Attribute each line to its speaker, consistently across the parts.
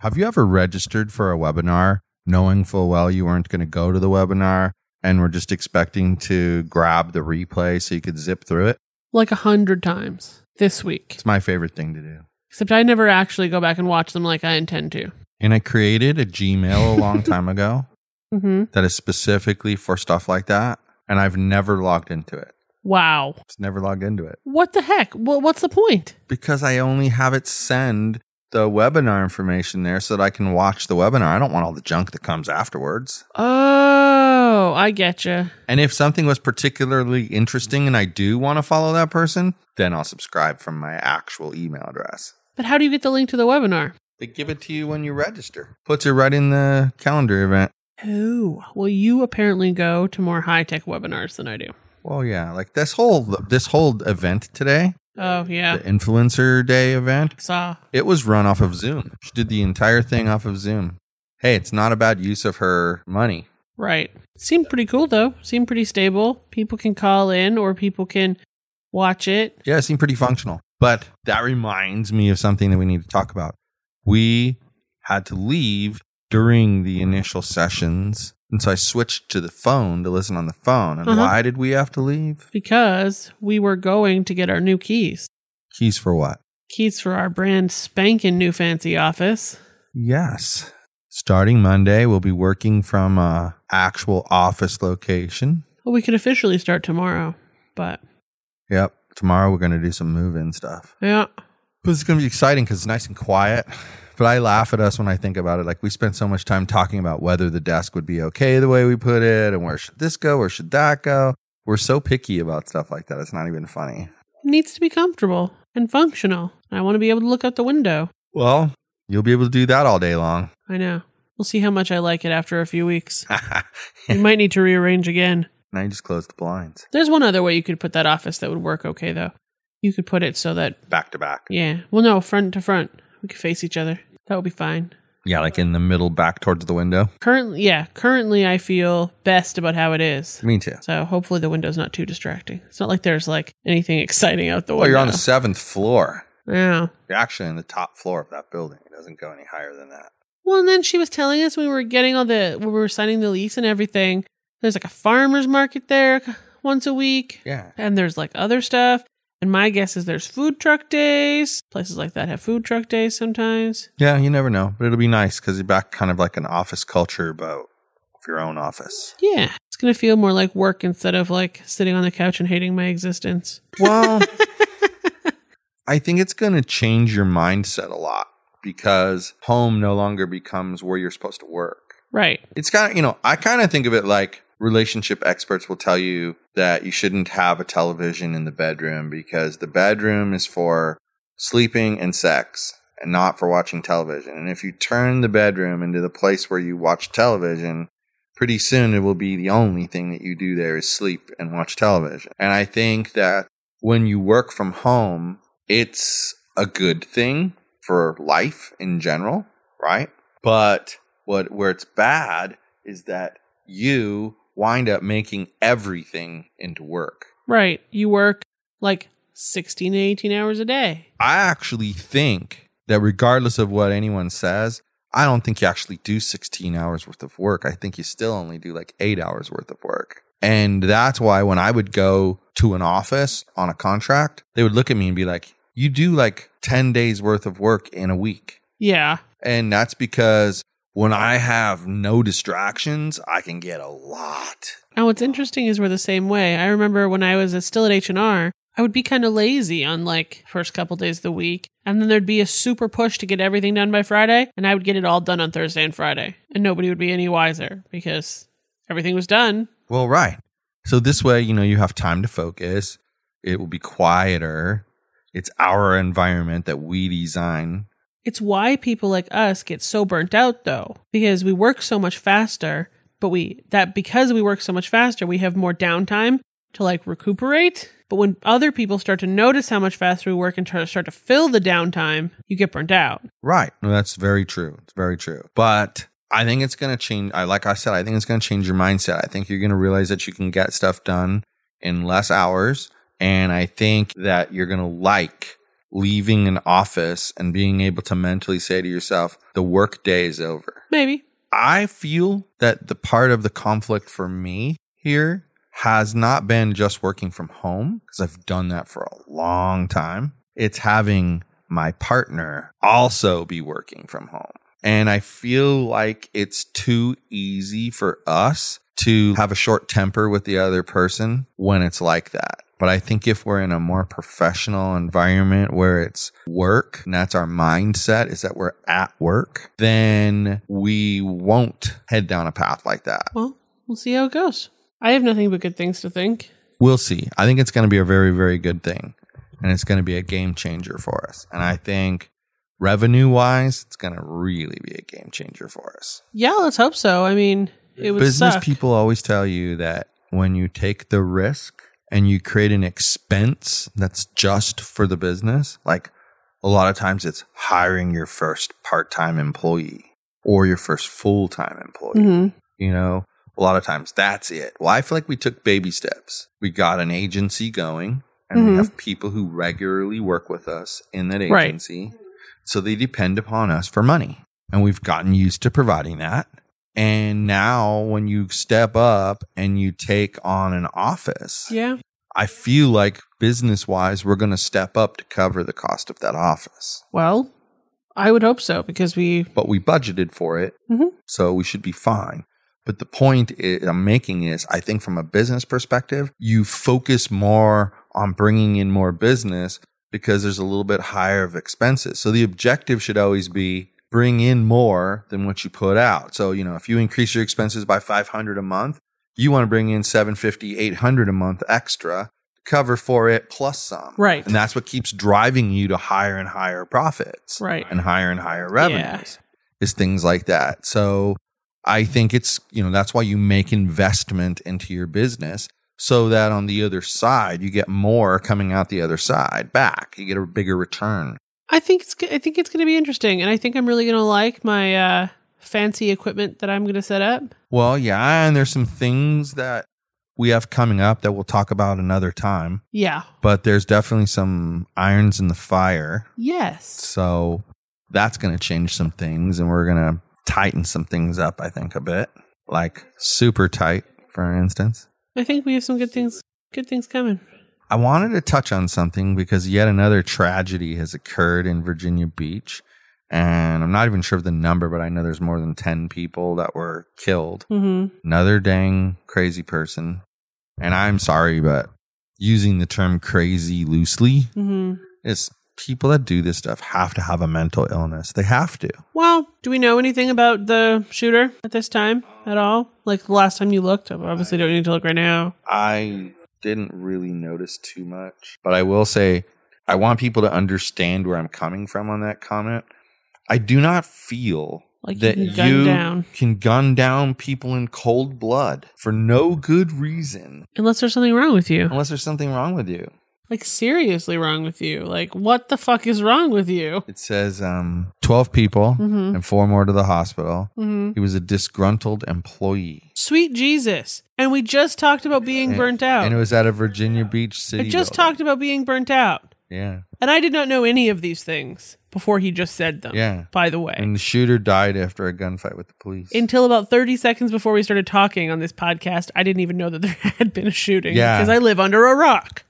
Speaker 1: Have you ever registered for a webinar knowing full well you weren't going to go to the webinar and were just expecting to grab the replay so you could zip through it?
Speaker 2: like a hundred times this week.
Speaker 1: It's my favorite thing to do.
Speaker 2: Except I never actually go back and watch them like I intend to.
Speaker 1: And I created a Gmail a long time ago
Speaker 2: Mm-hmm.
Speaker 1: that is specifically for stuff like that. And I've never logged into it.
Speaker 2: Wow.
Speaker 1: Just never logged into it
Speaker 2: What the heck? Well, what's the point?
Speaker 1: because I only have it send the webinar information there so that I can watch the webinar. I don't want all the junk that comes afterwards.
Speaker 2: Oh, I get you.
Speaker 1: And if something was particularly interesting and I do want to follow that person, then I'll subscribe from my actual email address.
Speaker 2: But how do you get the link to the webinar?
Speaker 1: They give it to you when you register, puts it right in the calendar event.
Speaker 2: Oh, well, you apparently go to more high tech webinars than I do.
Speaker 1: Well, yeah, like this whole this whole event today,
Speaker 2: Oh yeah,
Speaker 1: the influencer day event,
Speaker 2: saw.
Speaker 1: it was run off of Zoom. She did the entire thing off of Zoom. Hey, it's not a bad use of her money.
Speaker 2: Right. Seemed pretty cool though. Seemed pretty stable. People can call in or people can watch it.
Speaker 1: Yeah, it seemed pretty functional. But that reminds me of something that we need to talk about. We had to leave during the initial sessions, and so I switched to the phone to listen on the phone. And
Speaker 2: Uh-huh.
Speaker 1: why did we have to leave?
Speaker 2: because we were going to get our new keys.
Speaker 1: Keys for what?
Speaker 2: Keys for our brand spanking new fancy office.
Speaker 1: Yes. Starting Monday, we'll be working from a actual office location.
Speaker 2: Well, we could officially start tomorrow, but
Speaker 1: Yep. Tomorrow we're going to do some move-in stuff.
Speaker 2: yeah,
Speaker 1: This is going to be exciting because it's nice and quiet. But I laugh at us when I think about it. Like we spent so much time talking about whether the desk would be okay the way we put it, and where should this go, where should that go. We're so picky about stuff like that. It's not even funny.
Speaker 2: it needs to be comfortable and functional. I want to be able to look out the window.
Speaker 1: Well, you'll be able to do that all day long.
Speaker 2: I know. We'll see how much I like it after a few weeks. We might need to rearrange again.
Speaker 1: now you just close the blinds
Speaker 2: There's one other way you could put that office that would work okay, though. You could put it so that,
Speaker 1: back to back.
Speaker 2: yeah, well, no, front to front. We could face each other. That would be fine.
Speaker 1: Yeah, like in the middle, back towards the window.
Speaker 2: Currently, yeah, currently I feel best about how it is.
Speaker 1: Me too.
Speaker 2: So hopefully the window's not too distracting. It's not like there's like anything exciting out the
Speaker 1: Well,
Speaker 2: window.
Speaker 1: Oh, you're on the seventh floor.
Speaker 2: yeah.
Speaker 1: You're actually in the top floor of that building. It doesn't go any higher than that.
Speaker 2: Well, and then she was telling us when we were getting all the when we were signing the lease and everything. There's like a farmers market there once a week,
Speaker 1: Yeah.
Speaker 2: and there's like other stuff. And my guess is there's food truck days. Places like that have food truck days sometimes.
Speaker 1: Yeah, you never know, but it'll be nice because you're back kind of like an office culture, but of your own office.
Speaker 2: Yeah, it's gonna feel more like work instead of like sitting on the couch and hating my existence.
Speaker 1: Well, I think it's going to change your mindset a lot because home no longer becomes where you're supposed to work.
Speaker 2: Right.
Speaker 1: It's kind of, you know, I kind of think of it like relationship experts will tell you that you shouldn't have a television in the bedroom because the bedroom is for sleeping and sex and not for watching television. And if you turn the bedroom into the place where you watch television, pretty soon it will be the only thing that you do there is sleep and watch television. And I think that when you work from home, it's a good thing for life in general, right? But what where it's bad is that you wind up making everything into work.
Speaker 2: Right. You work like 16 to 18 hours a day.
Speaker 1: I actually think that regardless of what anyone says, I don't think you actually do 16 hours worth of work. I think you still only do like eight hours worth of work. And that's why when I would go to an office on a contract, they would look at me and be like, you do like 10 days worth of work in a week.
Speaker 2: Yeah.
Speaker 1: And that's because when I have no distractions, I can get a lot.
Speaker 2: And what's interesting is we're the same way. I remember when I was still at H&R, I would be kind of lazy on like first couple days of the week, and then there'd be a super push to get everything done by Friday, and I would get it all done on Thursday and Friday, and nobody would be any wiser because everything was done.
Speaker 1: Well, right. So this way, you know, you have time to focus. It will be quieter. It's our environment that we design.
Speaker 2: It's why people like us get so burnt out though, because we work so much faster, but we that because we work so much faster, we have more downtime to like recuperate. But when other people start to notice how much faster we work and try to start to fill the downtime, you get burnt out.
Speaker 1: Right. No, that's very true. It's very true. But I think it's going to change. I like I said, I think it's going to change your mindset. I think you're going to realize that you can get stuff done in less hours, and I think that you're going to like leaving an office and being able to mentally say to yourself, "The work day is over."
Speaker 2: Maybe.
Speaker 1: I feel that the part of the conflict for me here has not been just working from home because I've done that for a long time. It's having my partner also be working from home. And I feel like it's too easy for us to have a short temper with the other person when it's like that. But I think if we're in a more professional environment where it's work and that's our mindset is that we're at work, then we won't head down a path like that.
Speaker 2: Well, we'll see how it goes. I have nothing but good things to think.
Speaker 1: We'll see. I think it's going to be a very, very good thing. And it's going to be a game changer for us. And I think revenue wise, it's going to really be a game changer for us.
Speaker 2: Yeah, let's hope so. I mean, it would
Speaker 1: Business
Speaker 2: suck.
Speaker 1: people always tell you that when you take the risk and you create an expense that's just for the business, like a lot of times it's hiring your first part time employee or your first full time employee
Speaker 2: Mhm.
Speaker 1: you know a lot of times that's it well i feel like we took baby steps we got an agency going and we
Speaker 2: Mhm.
Speaker 1: have people who regularly work with us in that
Speaker 2: Right.
Speaker 1: agency so they depend upon us for money and we've gotten used to providing that and now when you step up and you take on an office
Speaker 2: Yeah.
Speaker 1: i feel like business wise we're going to step up to cover the cost of that office
Speaker 2: Well, I would hope so because we
Speaker 1: but we budgeted for it,
Speaker 2: Mhm.
Speaker 1: so we should be fine. But the point i I'm making is, I think from a business perspective, you focus more on bringing in more business because there's a little bit higher of expenses. So the objective should always be bring in more than what you put out. So, you know, if you increase your expenses by 500 a month, you want to bring in 750, 800 a month extra, cover for it plus some.
Speaker 2: right.
Speaker 1: And that's what keeps driving you to higher and higher profits
Speaker 2: Right.
Speaker 1: and higher and higher revenues is things like that. So I think it's, you know, that's why you make investment into your business so that on the other side, you get more coming out the other side back. You get a bigger return.
Speaker 2: I think it's go- I think it's going to be interesting, and I think I'm really going to like my uh, fancy equipment that I'm going to set up.
Speaker 1: Well, yeah. And there's some things that we have coming up that we'll talk about another time,
Speaker 2: Yeah.
Speaker 1: but there's definitely some irons in the fire.
Speaker 2: Yes.
Speaker 1: So that's going to change some things and we're going to tighten some things up, I think, a bit, like super tight, for instance.
Speaker 2: I think we have some good things. Good things coming.
Speaker 1: I wanted to touch on something because yet another tragedy has occurred in Virginia Beach. And I'm not even sure of the number, but I know there's more than 10 people that were killed.
Speaker 2: hmm
Speaker 1: Another dang crazy person. And I'm sorry, but using the term crazy loosely
Speaker 2: hmm
Speaker 1: is people that do this stuff have to have a mental illness. They have to.
Speaker 2: Well, do we know anything about the shooter at this time at all? Like the last time you looked, obviously don't need to look right now.
Speaker 1: I didn't really notice too much, but I will say I want people to understand where I'm coming from on that comment. I do not feel
Speaker 2: Like you
Speaker 1: that
Speaker 2: can gun
Speaker 1: you
Speaker 2: down.
Speaker 1: can gun down people in cold blood for no good reason
Speaker 2: Unless there's something wrong with you,
Speaker 1: unless there's something wrong with you.
Speaker 2: like seriously wrong with you. Like what the fuck is wrong with you?
Speaker 1: It says um, 12 people
Speaker 2: Mm-hmm.
Speaker 1: and four more to the hospital.
Speaker 2: Mm-hmm.
Speaker 1: He was a disgruntled employee.
Speaker 2: Sweet Jesus. And we just talked about being
Speaker 1: And-
Speaker 2: burnt out.
Speaker 1: And it was at a Virginia Beach
Speaker 2: I
Speaker 1: city.
Speaker 2: just
Speaker 1: building.
Speaker 2: talked about being burnt out.
Speaker 1: Yeah.
Speaker 2: And I did not know any of these things before he just said them,
Speaker 1: Yeah.
Speaker 2: by the way.
Speaker 1: And the shooter died after a gunfight with the police.
Speaker 2: Until about 30 seconds before we started talking on this podcast, I didn't even know that there had been a shooting
Speaker 1: Yeah.
Speaker 2: because I live under a rock.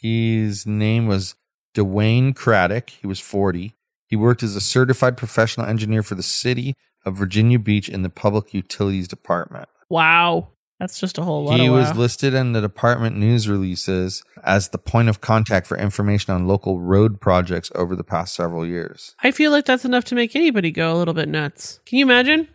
Speaker 1: His name was Dwayne Craddock. He was 40. He worked as a certified professional engineer for the city of Virginia Beach in the Public Utilities Department.
Speaker 2: Wow. That's just a whole lot
Speaker 1: He
Speaker 2: of
Speaker 1: was
Speaker 2: wow.
Speaker 1: listed in the department news releases as the point of contact for information on local road projects over the past several years.
Speaker 2: I feel like that's enough to make anybody go a little bit nuts. Can you imagine?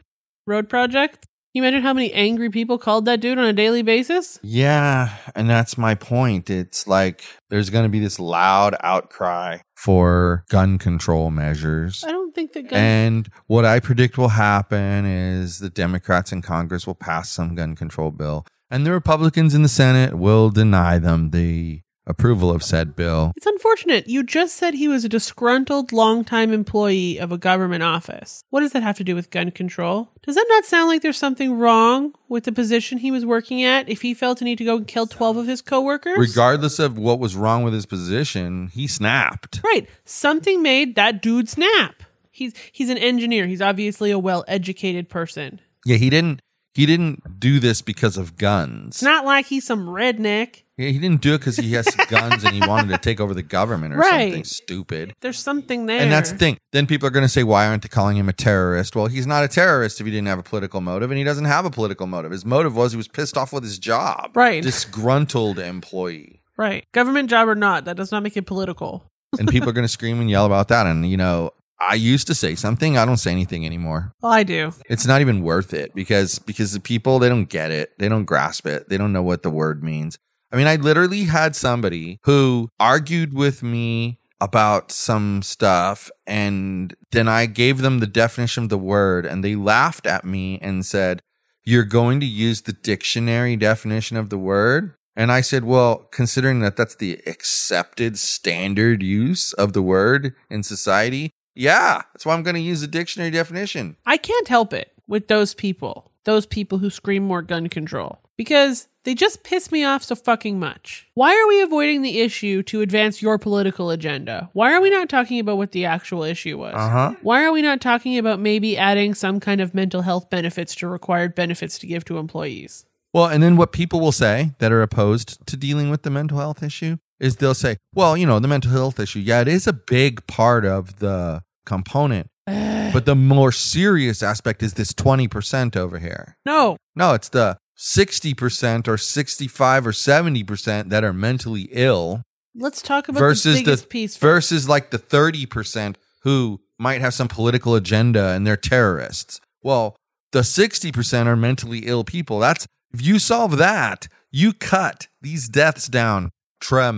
Speaker 2: Road project? Can you imagine how many angry people called that dude on a daily basis?
Speaker 1: Yeah, and that's my point. It's like there's going to be this loud outcry for gun control measures.
Speaker 2: I don't think that gun
Speaker 1: And what I predict will happen is the Democrats in Congress will pass some gun control bill, and the Republicans in the Senate will deny them the approval of said bill.
Speaker 2: It's unfortunate. You just said he was a disgruntled longtime employee of a government office. What does that have to do with gun control? Does that not sound like there's something wrong with the position he was working at if he felt a need to go and kill 12 of his coworkers?
Speaker 1: Regardless of what was wrong with his position, he snapped.
Speaker 2: right. Something made that dude snap. He's he's an engineer. He's obviously a well-educated person.
Speaker 1: Yeah, he didn't he didn't do this because of guns.
Speaker 2: It's not like he's some redneck.
Speaker 1: Yeah, he didn't do it because he has guns and he wanted to take over the government or
Speaker 2: Right.
Speaker 1: something stupid.
Speaker 2: There's something there.
Speaker 1: And that's the thing. Then people are going to say, why aren't they calling him a terrorist? Well, he's not a terrorist if he didn't have a political motive, and he doesn't have a political motive. His motive was he was pissed off with his job.
Speaker 2: Right.
Speaker 1: Disgruntled employee.
Speaker 2: Right. Government job or not, that does not make it political.
Speaker 1: And people are going to scream and yell about that. And, you know, I used to say something. I don't say anything anymore.
Speaker 2: Well, I do.
Speaker 1: It's not even worth it because because the people they don't get it. They don't grasp it. They don't know what the word means. I mean, I literally had somebody who argued with me about some stuff, and then I gave them the definition of the word, and they laughed at me and said, You're going to use the dictionary definition of the word? And I said, Well, considering that that's the accepted standard use of the word in society, yeah, that's why I'm going to use the dictionary definition.
Speaker 2: I can't help it with those people, those people who scream more gun control, because they just piss me off so fucking much. Why are we avoiding the issue to advance your political agenda? Why are we not talking about what the actual issue was?
Speaker 1: Uh huh.
Speaker 2: Why are we not talking about maybe adding some kind of mental health benefits to required benefits to give to employees?
Speaker 1: Well, and then what people will say that are opposed to dealing with the mental health issue is they'll say, well, you know, the mental health issue, yeah, it is a big part of the component, but the more serious aspect is this 20% over here.
Speaker 2: No,
Speaker 1: No, it's the 60% or 65 or 70% that are mentally ill
Speaker 2: let's talk about
Speaker 1: Versus
Speaker 2: the
Speaker 1: the
Speaker 2: biggest piece.
Speaker 1: versus like the 30% who might have some political agenda and they're terrorists. Well, the 60% are mentally ill people. That's if you solve that, you cut these deaths down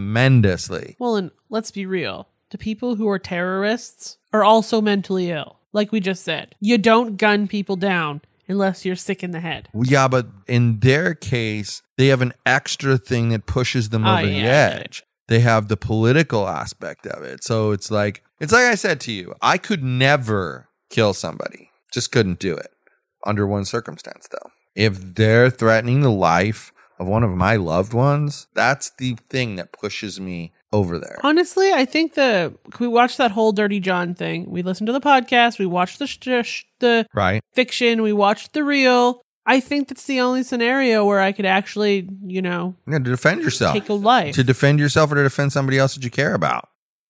Speaker 1: tremendously.
Speaker 2: Well, and let's be real. The people who are terrorists are also mentally ill. Like we just said, you don't gun people down unless you're sick in the head.
Speaker 1: Yeah, but in their case, they have an extra thing that pushes them
Speaker 2: Ah,
Speaker 1: over the
Speaker 2: yeah, yeah.
Speaker 1: edge. They have the political aspect of it. So it's like it's like I said to you, I could never kill somebody. Just couldn't do it under one circumstance though. If they're threatening the life of one of my loved ones, that's the thing that pushes me over there.
Speaker 2: Honestly, I think the we watched that whole Dirty John thing. We listened to the podcast, we watched the sh- sh- the
Speaker 1: Right?
Speaker 2: fiction, we watched the real. I think that's the only scenario where I could actually, you know,
Speaker 1: You know, to defend yourself.
Speaker 2: take a life.
Speaker 1: To defend yourself or to defend somebody else that you care about.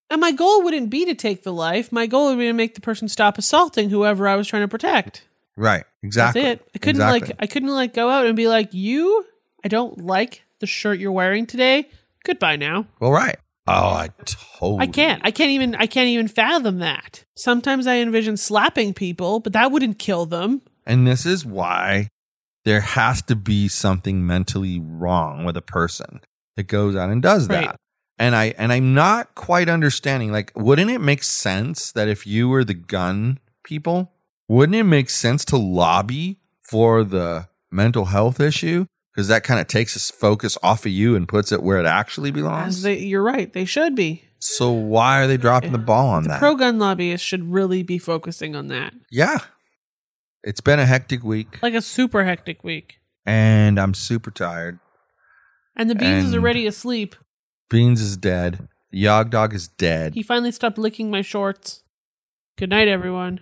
Speaker 2: and my goal wouldn't be to take the life. My goal would be to make the person stop assaulting whoever I was trying to protect.
Speaker 1: Right. Exactly.
Speaker 2: That's it. I couldn't
Speaker 1: Exactly.
Speaker 2: like I couldn't like go out and be like, "You, I don't like the shirt you're wearing today. Goodbye now."
Speaker 1: Well, right. Oh, I totally
Speaker 2: I can't. I can't even I can't even fathom that. Sometimes I envision slapping people, but that wouldn't kill them.
Speaker 1: And this is why there has to be something mentally wrong with a person that goes out and does that.
Speaker 2: Right.
Speaker 1: And I and I'm not quite understanding like wouldn't it make sense that if you were the gun people, wouldn't it make sense to lobby for the mental health issue? Because that kind of takes this focus off of you and puts it where it actually belongs.
Speaker 2: As they, you're right. They should be.
Speaker 1: so why are they dropping the ball on
Speaker 2: The
Speaker 1: that?
Speaker 2: pro gun lobbyists should really be focusing on that.
Speaker 1: yeah. It's been a hectic week
Speaker 2: Like a super hectic week.
Speaker 1: and I'm super tired.
Speaker 2: And the beans is
Speaker 1: And-
Speaker 2: already asleep.
Speaker 1: Beans is dead. The Yog Dog is dead.
Speaker 2: He finally stopped licking my shorts. Good night, everyone.